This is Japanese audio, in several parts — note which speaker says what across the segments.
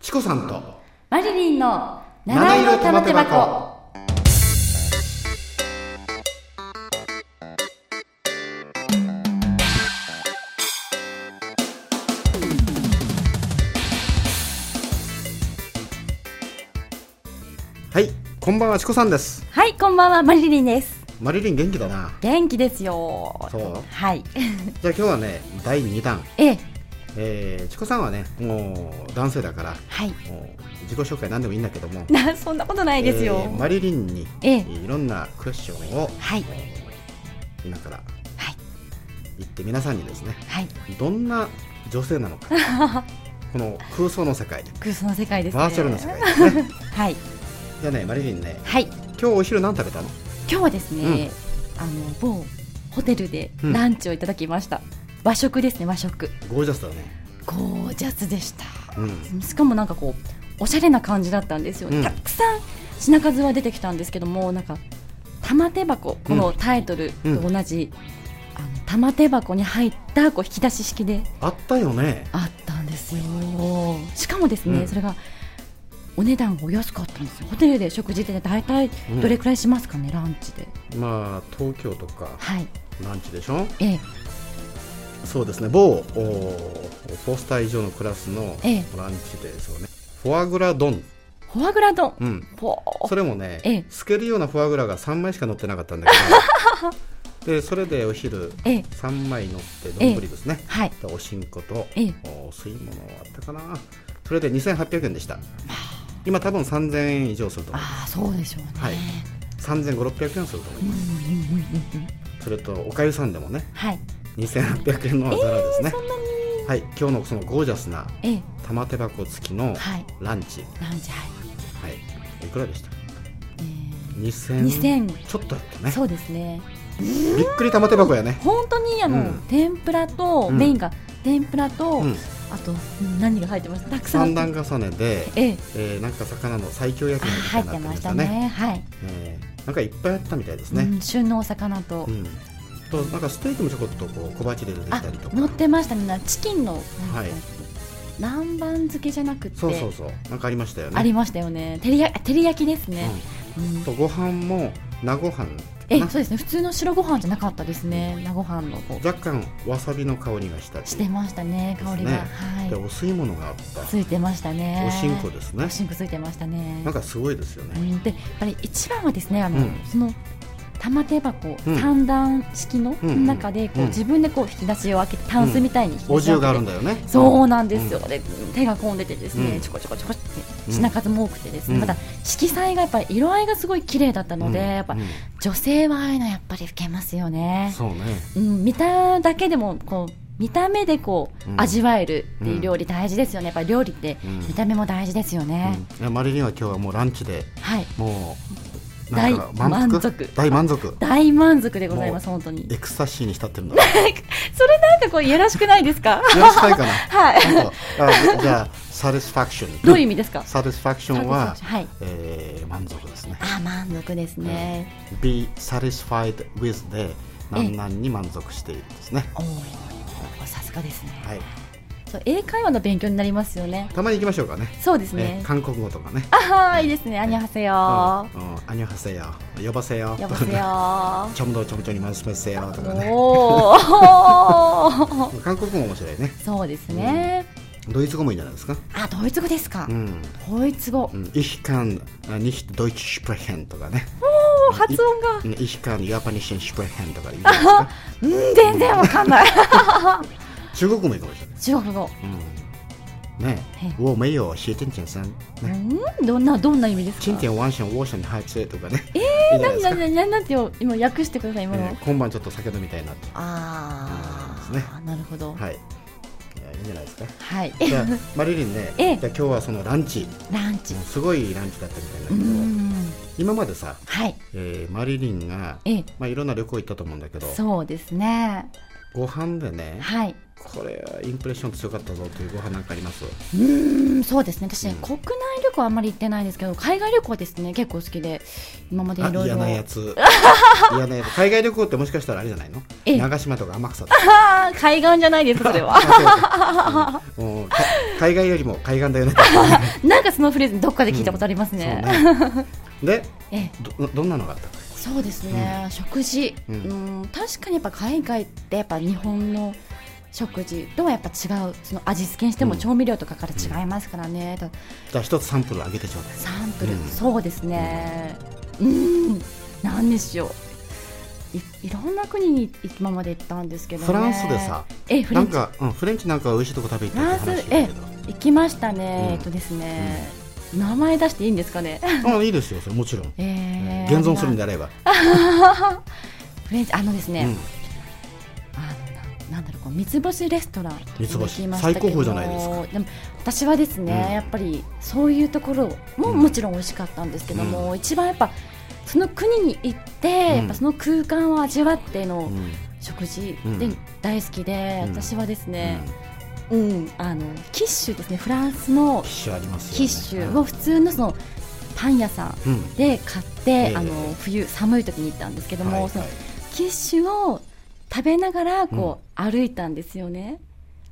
Speaker 1: チコさんと
Speaker 2: マリリンの七色玉手箱。
Speaker 1: はいこんばんはチコさんです
Speaker 2: はい、こんばんは、マリリンです。
Speaker 1: マリリン元気だな
Speaker 2: 元気ですよ。
Speaker 1: そう
Speaker 2: はい。
Speaker 1: じゃあ今日はね第2弾
Speaker 2: ええ、
Speaker 1: えー、チコさんはねもう男性だから
Speaker 2: はい。
Speaker 1: もう自己紹介何でもいいんだけども
Speaker 2: な、そんなことないですよ
Speaker 1: え。ーマリリンに、
Speaker 2: ええ
Speaker 1: いろんなクエスチョンを
Speaker 2: はい、
Speaker 1: 今から
Speaker 2: はい、
Speaker 1: 言って皆さんにですね
Speaker 2: はい。
Speaker 1: どんな女性なのか この空想の世界
Speaker 2: 空想の世界です、ね。
Speaker 1: バーチャルの世界です ね
Speaker 2: はい、
Speaker 1: じゃあねマリリンね
Speaker 2: はい。今
Speaker 1: 今日お昼何食べたの
Speaker 2: 日はですね、あの某ホテルで
Speaker 1: うん
Speaker 2: ランチをいただきました。和食ですね、和食。
Speaker 1: ゴージャスだね
Speaker 2: ゴージャスでした。
Speaker 1: うん
Speaker 2: しかもなんかこうおしゃれな感じだったんですよ、
Speaker 1: うん
Speaker 2: たくさん品数は出てきたんですけどもなんか玉手箱このタイトルと同じ、あの玉手箱に入ったこう引き出し式で
Speaker 1: あったよね
Speaker 2: あったんですよしかもですね、
Speaker 1: うん
Speaker 2: それがお値段がお安かったんですよホテルで食事って大体
Speaker 1: うん
Speaker 2: どれくらいしますかね、ランチで
Speaker 1: まあ東京とか
Speaker 2: はい
Speaker 1: ランチでしょ
Speaker 2: ええ
Speaker 1: そうですね某おフォースター以上のクラスの
Speaker 2: ええ
Speaker 1: ランチでそうねフォアグラ丼
Speaker 2: フォアグラ丼
Speaker 1: うん
Speaker 2: ほう
Speaker 1: それもね、
Speaker 2: ええ
Speaker 1: 透けるようなフォアグラが3枚しか乗ってなかったんだけどでそれでお昼
Speaker 2: ええ
Speaker 1: 3枚乗って丼ですね、
Speaker 2: はい
Speaker 1: でおしんこと、
Speaker 2: ええ
Speaker 1: お吸い物あったかなそれで2800円でした今多分3000円以上すると思う
Speaker 2: ああそうでしょうね、
Speaker 1: はい3500600円すると思いますそれとおかゆさんでもね
Speaker 2: はい
Speaker 1: 2800円のザラですね、
Speaker 2: そんなに
Speaker 1: はい今日のそのゴージャスな
Speaker 2: ええ
Speaker 1: 玉手箱付きの
Speaker 2: はい
Speaker 1: ランチ、
Speaker 2: ランチはい
Speaker 1: はい、いくらでした
Speaker 2: えー
Speaker 1: 2000
Speaker 2: 2000
Speaker 1: ちょっとやったね
Speaker 2: そうですね
Speaker 1: びっくり玉手箱やね
Speaker 2: 本当にあの、
Speaker 1: うん
Speaker 2: 天ぷらと、
Speaker 1: うん
Speaker 2: メインが天ぷらと、
Speaker 1: うん
Speaker 2: あとうん何が入ってましたたくさ
Speaker 1: 三
Speaker 2: ん
Speaker 1: 段重ねで、
Speaker 2: ええ
Speaker 1: えー、なんか魚の最強焼きみ
Speaker 2: あ
Speaker 1: た
Speaker 2: 入
Speaker 1: い
Speaker 2: っ
Speaker 1: にな
Speaker 2: て
Speaker 1: ってまし
Speaker 2: ましたた
Speaker 1: ね
Speaker 2: ねはい、
Speaker 1: えーなんかいっぱいあったみたいです
Speaker 2: う
Speaker 1: ね
Speaker 2: ん、旬のお魚と、
Speaker 1: うん、となんかステーキもちょこっとこう小鉢で出てき
Speaker 2: あ
Speaker 1: たりとか
Speaker 2: 乗ってましたみんなチキンのなんか
Speaker 1: はい
Speaker 2: 南蛮漬けじゃなくて
Speaker 1: そうそうそうなんかありましたよね
Speaker 2: ありましたよね照りや照り焼きですね、うん
Speaker 1: うん、とご飯も名ご飯
Speaker 2: え
Speaker 1: な
Speaker 2: そうですね普通の白ご飯じゃなかったですね名ご飯のこう
Speaker 1: 若干わさびの香りがしたり
Speaker 2: してましたね香りが、
Speaker 1: ですねで
Speaker 2: は
Speaker 1: お吸い物があった
Speaker 2: いついてましたね
Speaker 1: おしんこですね
Speaker 2: おしんこついてましたね
Speaker 1: なんかすごいですよ
Speaker 2: う
Speaker 1: ね、
Speaker 2: んでやっぱり一番はですねあの、
Speaker 1: うん
Speaker 2: その玉手箱、
Speaker 1: うん
Speaker 2: 三段式の
Speaker 1: うん
Speaker 2: 中でこう、
Speaker 1: うん
Speaker 2: 自分でこう引き出しを開けてタンスみたいに引き出しを
Speaker 1: お重があるん
Speaker 2: だ
Speaker 1: だよね
Speaker 2: そうなんですよ、
Speaker 1: う
Speaker 2: で手が込んでてですね、
Speaker 1: うん
Speaker 2: ちょこちょこちょこって
Speaker 1: うん
Speaker 2: 品数も多くてですね、
Speaker 1: うん
Speaker 2: また色彩がやっぱり色合いがすごい綺麗だったので、
Speaker 1: うん
Speaker 2: やっぱ
Speaker 1: うん
Speaker 2: 女性はああいうのやっぱり老けますよね、
Speaker 1: そうね
Speaker 2: うん、見ただけでもこう見た目でこう、
Speaker 1: うん
Speaker 2: 味わえるっていう料理大事ですよねやっぱり料理って
Speaker 1: うん
Speaker 2: 見た目も大事ですよね、
Speaker 1: うんいやマリリンは今日はもうランチで
Speaker 2: はい
Speaker 1: もうなんか
Speaker 2: 大
Speaker 1: 満腹
Speaker 2: 満足
Speaker 1: 大満足
Speaker 2: 大満足でございます、本当に。
Speaker 1: エクサシーに浸ってるんだよ
Speaker 2: それなんかこう、いやらしくないですか
Speaker 1: ろしくないかな
Speaker 2: はい。
Speaker 1: なんかあじゃあサティスファクション
Speaker 2: どういう意味ですか
Speaker 1: サティスファクションは、
Speaker 2: はい。
Speaker 1: えー、満足ですね
Speaker 2: あー、満足ですね。
Speaker 1: be satisfied with で何々に満足しているんですね
Speaker 2: おお、さすがですね。
Speaker 1: はい
Speaker 2: そう、英会話の勉強になりますよね。
Speaker 1: たまに行きましょうかね
Speaker 2: そうです
Speaker 1: ね
Speaker 2: ね。
Speaker 1: 韓国語とかね
Speaker 2: ああ、いいですね。あにゃはせよ
Speaker 1: うんうんアニョハセヨ呼ばせよ
Speaker 2: やばせ よ
Speaker 1: ちょむどちょむちょにまずめせよとかね
Speaker 2: お お。
Speaker 1: 韓国語も面白いね
Speaker 2: そうですね。
Speaker 1: ドイツ語もいいんじゃないですか
Speaker 2: あ、ドイツ語ですか
Speaker 1: う。ん
Speaker 2: ドイツ語
Speaker 1: う。ん Ich kann äh, nicht Deutsch sprechen とかね
Speaker 2: おお、発音が。
Speaker 1: うん Ich kann Japanisch sprechen とかいいんじゃないですか
Speaker 2: うん、全然わかん ない。
Speaker 1: 中国語もいいかもしれない
Speaker 2: 中国語。
Speaker 1: うんね
Speaker 2: え
Speaker 1: 我没有写真检三ね
Speaker 2: うん、どんな、どんな意味ですか。
Speaker 1: 今天晚上我想孩子とかね
Speaker 2: え
Speaker 1: いいじゃない
Speaker 2: 何
Speaker 1: ですか
Speaker 2: 何何何なんてよ今訳してください今の、
Speaker 1: えー今晩ちょっと酒飲みたいなと
Speaker 2: あ
Speaker 1: うんです
Speaker 2: あ、なるほどはい、
Speaker 1: はいいやいいんじゃないですかじゃあマリリンねじゃ
Speaker 2: え
Speaker 1: あ
Speaker 2: え
Speaker 1: 今日はそのランチ
Speaker 2: ランチ
Speaker 1: もうすごいランチだったみたいなんだ
Speaker 2: う
Speaker 1: けど
Speaker 2: ん
Speaker 1: 今までさ、
Speaker 2: はい
Speaker 1: えーマリリンが、
Speaker 2: ええ
Speaker 1: まあ、いろんな旅行行ったと思うんだけど
Speaker 2: そうですね
Speaker 1: ご飯でね
Speaker 2: はい
Speaker 1: これはインプレッション強かったぞというご飯なんかあります
Speaker 2: うーんそうですね私、
Speaker 1: うん
Speaker 2: 国内旅行はあんまり行ってないんですけど海外旅行はですね結構好きで今までい
Speaker 1: あ
Speaker 2: ろい
Speaker 1: 嫌
Speaker 2: ろ
Speaker 1: なや つ嫌なやつ海外旅行ってもしかしたらあれじゃないの
Speaker 2: ええ
Speaker 1: 長島とか天草とか
Speaker 2: あー海岸じゃないですそ れは
Speaker 1: あそうう んうんか海外よりも海岸だよね
Speaker 2: なんかそのフレーズどっかで聞いたことありますね,、
Speaker 1: そうねで
Speaker 2: ええ
Speaker 1: どどんなのがあったの
Speaker 2: そうですね、食事、
Speaker 1: う
Speaker 2: うんん、確かにやっぱ海外ってやっぱ日本の食事とはやっぱ違うその味付けにして
Speaker 1: う
Speaker 2: も
Speaker 1: ん
Speaker 2: 調味料とかから違いますからね、だ
Speaker 1: じゃあ一つサンプルあげてちょうだい
Speaker 2: サンプル、
Speaker 1: うん
Speaker 2: そうですねうん何でしょういいろんな国に今まで行ったんですけど、ね、
Speaker 1: フランスでさ
Speaker 2: えフレ
Speaker 1: なん
Speaker 2: ンチ
Speaker 1: か、うん、フレンチなんか美味しいとこ食べ行ったって話
Speaker 2: フラン
Speaker 1: だ
Speaker 2: ス
Speaker 1: けど
Speaker 2: 行きましたね、
Speaker 1: うん
Speaker 2: えっとですね、名前出していいんですかね
Speaker 1: うん、いいですよ、それもちろん。
Speaker 2: えー
Speaker 1: 現存するんであれば。
Speaker 2: フレンチあのですね、
Speaker 1: うん
Speaker 2: あのななんだろうこう三つ星レストラン
Speaker 1: 三つ星
Speaker 2: 行きましたけど
Speaker 1: 最高峰じゃないですか
Speaker 2: でも私はですね、
Speaker 1: うん
Speaker 2: やっぱりそういうところも
Speaker 1: うん
Speaker 2: もちろん美味しかったんですけども、
Speaker 1: う
Speaker 2: 一番やっぱその国に行って、
Speaker 1: うん
Speaker 2: やっぱその空間を味わっての
Speaker 1: うん
Speaker 2: 食事
Speaker 1: うん
Speaker 2: で大好きで、
Speaker 1: うん
Speaker 2: 私はですね、
Speaker 1: うん
Speaker 2: うんあのキッシュですねフランスの
Speaker 1: キッシュありますよ、ね。
Speaker 2: キッシュを普通のそのパン屋さん
Speaker 1: うん。
Speaker 2: で買って、
Speaker 1: ええ
Speaker 2: あの冬寒い時に行ったんですけども、
Speaker 1: はいはい
Speaker 2: そのキッシュを食べながらこう、歩いたんですよね。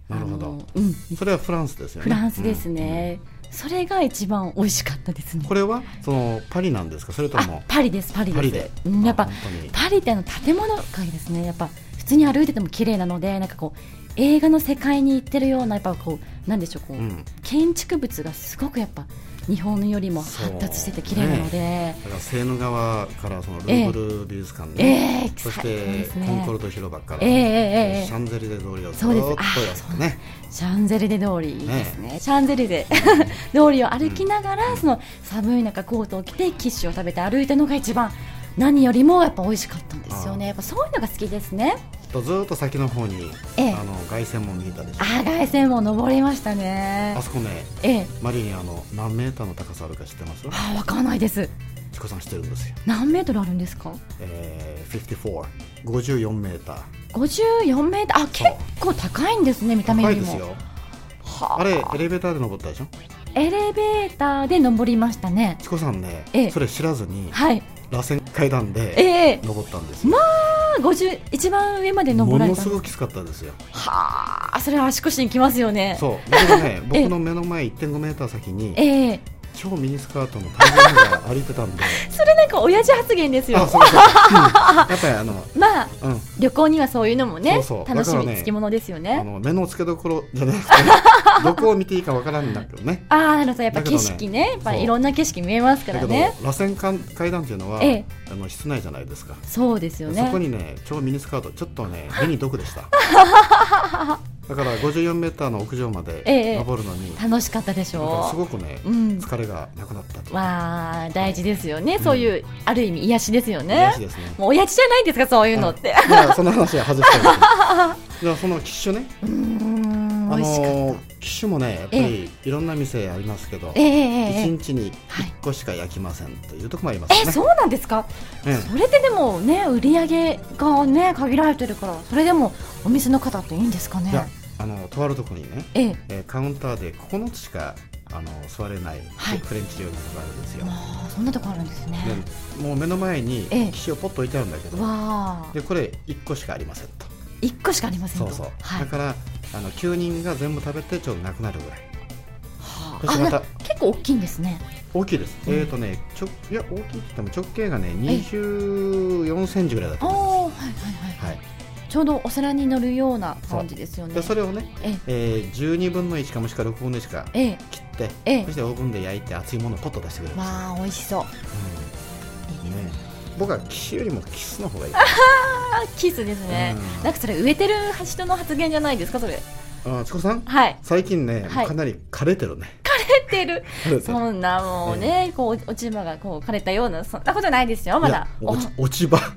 Speaker 1: なるほ
Speaker 2: あ
Speaker 1: ど
Speaker 2: の。うん、
Speaker 1: それはフランスですよね。
Speaker 2: フランスですね、それが一番美味しかったです
Speaker 1: うん。
Speaker 2: ね。
Speaker 1: これはそのパリなんですか、それと
Speaker 2: あ
Speaker 1: も、
Speaker 2: パリですパリです。
Speaker 1: パリで。
Speaker 2: うん、やっ
Speaker 1: あ
Speaker 2: ぱ
Speaker 1: 本当に
Speaker 2: パリってあの建物がいいですね。やっぱ普通に歩いてても綺麗なので、なんかこう映画の世界に行ってるようなやっぱこうなんでしょうこう、
Speaker 1: うん。
Speaker 2: 建築物がすごくやっぱ日本よりも発達してて綺麗なので、
Speaker 1: だからセーヌ川からそのルーブル美術館
Speaker 2: え
Speaker 1: ね
Speaker 2: え
Speaker 1: そし
Speaker 2: 最高
Speaker 1: て
Speaker 2: です
Speaker 1: コ
Speaker 2: ね
Speaker 1: ンコルド広場から、
Speaker 2: ええええええ
Speaker 1: シャンゼリゼ通りをず
Speaker 2: そう
Speaker 1: ー
Speaker 2: で
Speaker 1: っ
Speaker 2: す
Speaker 1: とやってね。
Speaker 2: シャンゼリゼ通りいいですねシャンゼリゼ通りを歩きながら、その寒い中コートを着てキッシュを食べて歩いたのが一番何よりもやっぱ美味しかったんですよ
Speaker 1: ああ
Speaker 2: ねやっぱそういうのが好きですね
Speaker 1: とずーっと先の方に、
Speaker 2: ええ
Speaker 1: あの凱旋門見えたでしょ。
Speaker 2: ああ凱旋門登りましたね
Speaker 1: あそこね、
Speaker 2: ええ
Speaker 1: マリにあの何メーターの高さあるか知ってます？
Speaker 2: ああ分かんないです
Speaker 1: チコさん知ってるんですよ。
Speaker 2: 何メートルあるんですか
Speaker 1: えー、54メーター
Speaker 2: 54メートルあ結構高いんですね見た目
Speaker 1: 高
Speaker 2: よ
Speaker 1: い
Speaker 2: り
Speaker 1: で
Speaker 2: も
Speaker 1: すよ
Speaker 2: は
Speaker 1: あれエレベーターで登ったでしょ
Speaker 2: エレベーターで登りましたね
Speaker 1: チコさんね、
Speaker 2: ええ
Speaker 1: それ知らずに
Speaker 2: はい
Speaker 1: 螺旋階段で
Speaker 2: ええ
Speaker 1: 登ったんですよ、
Speaker 2: ああ50一番上まで登
Speaker 1: も
Speaker 2: られ
Speaker 1: の
Speaker 2: た
Speaker 1: すごくきつかったですよ
Speaker 2: はあそれは足腰にきますよね
Speaker 1: そう僕ね
Speaker 2: ええ
Speaker 1: 僕の目の前1.5メーター先に
Speaker 2: ええ
Speaker 1: 超ミニスカートの大変が歩いてた んで
Speaker 2: それなんか親父発言ですよ
Speaker 1: あそうそう、 うんやっぱりあの
Speaker 2: まあ
Speaker 1: うん
Speaker 2: 旅行にはそういうのもね
Speaker 1: そうそう
Speaker 2: 楽し
Speaker 1: だから
Speaker 2: み
Speaker 1: ね
Speaker 2: つきものですよ
Speaker 1: あ
Speaker 2: ね
Speaker 1: の目の付けどころじゃなく てどこを見ていいかわからんんだけどね
Speaker 2: ああなるほどやっぱ
Speaker 1: だけどね
Speaker 2: 景色ねやっぱ
Speaker 1: そう
Speaker 2: いろんな景色見えますか
Speaker 1: だ
Speaker 2: ら
Speaker 1: けど
Speaker 2: ね
Speaker 1: 螺旋階段っていうのは、
Speaker 2: ええ
Speaker 1: あの室内じゃないですか
Speaker 2: そうですよね
Speaker 1: そこにね、超ミニスカート、ちょっと ね、目に毒でした。だから54メーターの屋上まで
Speaker 2: ええ
Speaker 1: 登るのに、
Speaker 2: 楽しかったでし
Speaker 1: だからす
Speaker 2: ょ
Speaker 1: ごくね、
Speaker 2: ううん
Speaker 1: 疲れがなくなったと。
Speaker 2: わあ大事ですよね、そういうある意味癒しですよ
Speaker 1: 嬉
Speaker 2: ね
Speaker 1: しいですね。
Speaker 2: もう親父じゃないんですかそういうのって、
Speaker 1: いや、その話は外してるんですけど じゃあ、そのキッシュね、
Speaker 2: うーん
Speaker 1: あ
Speaker 2: 美
Speaker 1: の
Speaker 2: 味しかった
Speaker 1: ーキッシュもね、やっぱりいろんな店ありますけど、
Speaker 2: ええ
Speaker 1: 一
Speaker 2: ええええ
Speaker 1: 日に
Speaker 2: はい
Speaker 1: 1個しか焼きませんというとこもありますね。
Speaker 2: えそうなんですか
Speaker 1: ええ
Speaker 2: それででもね売り上げがね限られてるからそれでもお店の方っていいんですかね
Speaker 1: じゃあ、あのとあるところにね、
Speaker 2: ええ
Speaker 1: えーカウンターで9つしかあの座れない
Speaker 2: はい
Speaker 1: フレンチ料理のところがあるんですよ。
Speaker 2: まあそんなとこあるんですね
Speaker 1: でもう目の前に
Speaker 2: ええ
Speaker 1: 岸をポッと置いてあるんだけど、
Speaker 2: わあ
Speaker 1: でこれ1個しかありませんと
Speaker 2: 一個しかありません
Speaker 1: そ
Speaker 2: と
Speaker 1: うそう、
Speaker 2: はい
Speaker 1: だからあの9人が全部食べてちょうどなくなるぐらい
Speaker 2: はあ
Speaker 1: そしてまた
Speaker 2: あな結構大きいんですね
Speaker 1: 大きいです、
Speaker 2: うん
Speaker 1: えっ、とねちょいや大きいって言っても直径がね2 4センチぐらいだと
Speaker 2: お
Speaker 1: 思い
Speaker 2: おはいはい
Speaker 1: ます、
Speaker 2: は、
Speaker 1: はいい、
Speaker 2: ちょうどお皿に乗るような感じですよね
Speaker 1: でそれをね、
Speaker 2: え
Speaker 1: えー12分の1かもしくは6分の1か
Speaker 2: ええ
Speaker 1: 切って、
Speaker 2: ええ
Speaker 1: そしてオーブンで焼いて熱いものをポッと出してくれるんですよ
Speaker 2: わあ美味しそう
Speaker 1: うんね僕は岸よりもキスの方がいい
Speaker 2: あキスですね
Speaker 1: うん
Speaker 2: なんかそれ植えてる人の発言じゃないですかそれ
Speaker 1: あチコさん
Speaker 2: はい
Speaker 1: 最近ね、
Speaker 2: はい
Speaker 1: かなり枯れてるね
Speaker 2: 植えてる
Speaker 1: 枯れてる
Speaker 2: そんなもうねこう落ち葉がこう枯れたようなそんなことないですよま
Speaker 1: い
Speaker 2: だ
Speaker 1: や
Speaker 2: お
Speaker 1: 落ち落ち葉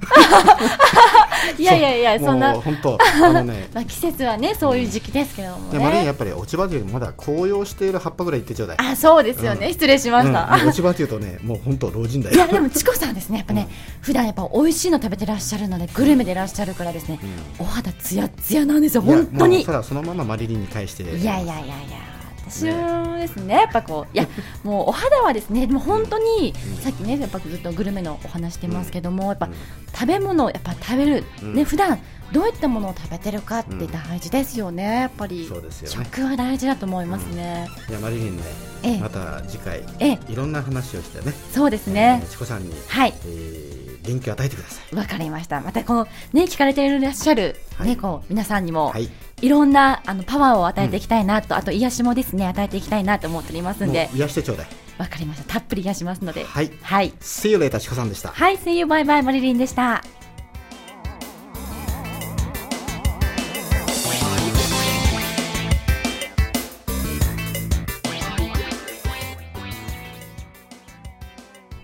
Speaker 2: いやいやいや
Speaker 1: もう
Speaker 2: そんな
Speaker 1: 本当あ のね
Speaker 2: まあ季節はねそういう時期ですけども
Speaker 1: でマリン
Speaker 2: ね
Speaker 1: やっぱり落ち葉というよりもまだ紅葉している葉っぱぐらい言ってちょうだい
Speaker 2: あそうですよ
Speaker 1: う
Speaker 2: ね
Speaker 1: ん
Speaker 2: 失礼しました
Speaker 1: うんもう落ち葉というとねもう本当老人だ
Speaker 2: いや
Speaker 1: よ
Speaker 2: でもチコさんですねやっぱね、普段やっぱ美味しいの食べてらっしゃるのでグルメでいらっしゃるからですね、お肌ツヤツヤなんですよ
Speaker 1: いや
Speaker 2: 本当
Speaker 1: もう
Speaker 2: にい
Speaker 1: それはそのままマリリンに返して
Speaker 2: やいやいやいや白ですね、やっぱこう、いや、もうお肌はですね、もう本当に
Speaker 1: うん、
Speaker 2: さっきね、やっぱずっとグルメのお話してますけども、やっぱ食べ物、やっぱ食べる、
Speaker 1: うん
Speaker 2: ね、普段どういったものを食べてるかって大事ですよね、やっぱり、
Speaker 1: そうですよね
Speaker 2: 食は大事だと思いますね。
Speaker 1: いやマリリンね
Speaker 2: ええ
Speaker 1: また次回
Speaker 2: ええ、
Speaker 1: いろんな話をしてね
Speaker 2: そうですね
Speaker 1: えー。チコさんに、
Speaker 2: はい
Speaker 1: えー元気を与えてください
Speaker 2: わかりました。またこのね聞かれていらっしゃるね、
Speaker 1: はい
Speaker 2: こう皆さんにも、、
Speaker 1: はいい
Speaker 2: ろんなあのパワーを与えていきたいなと、あと癒しもですね与えていきたいなと思っておりますんで
Speaker 1: もう、癒してちょうだい
Speaker 2: わかりました。たっぷり癒しますので、
Speaker 1: はい
Speaker 2: はい、
Speaker 1: See you later チコさんでした
Speaker 2: はい、See you bye bye マリリンでした。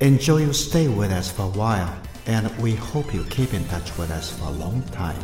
Speaker 3: Enjoy your stay with us for a while, and we hope you keep in touch with us for a long time.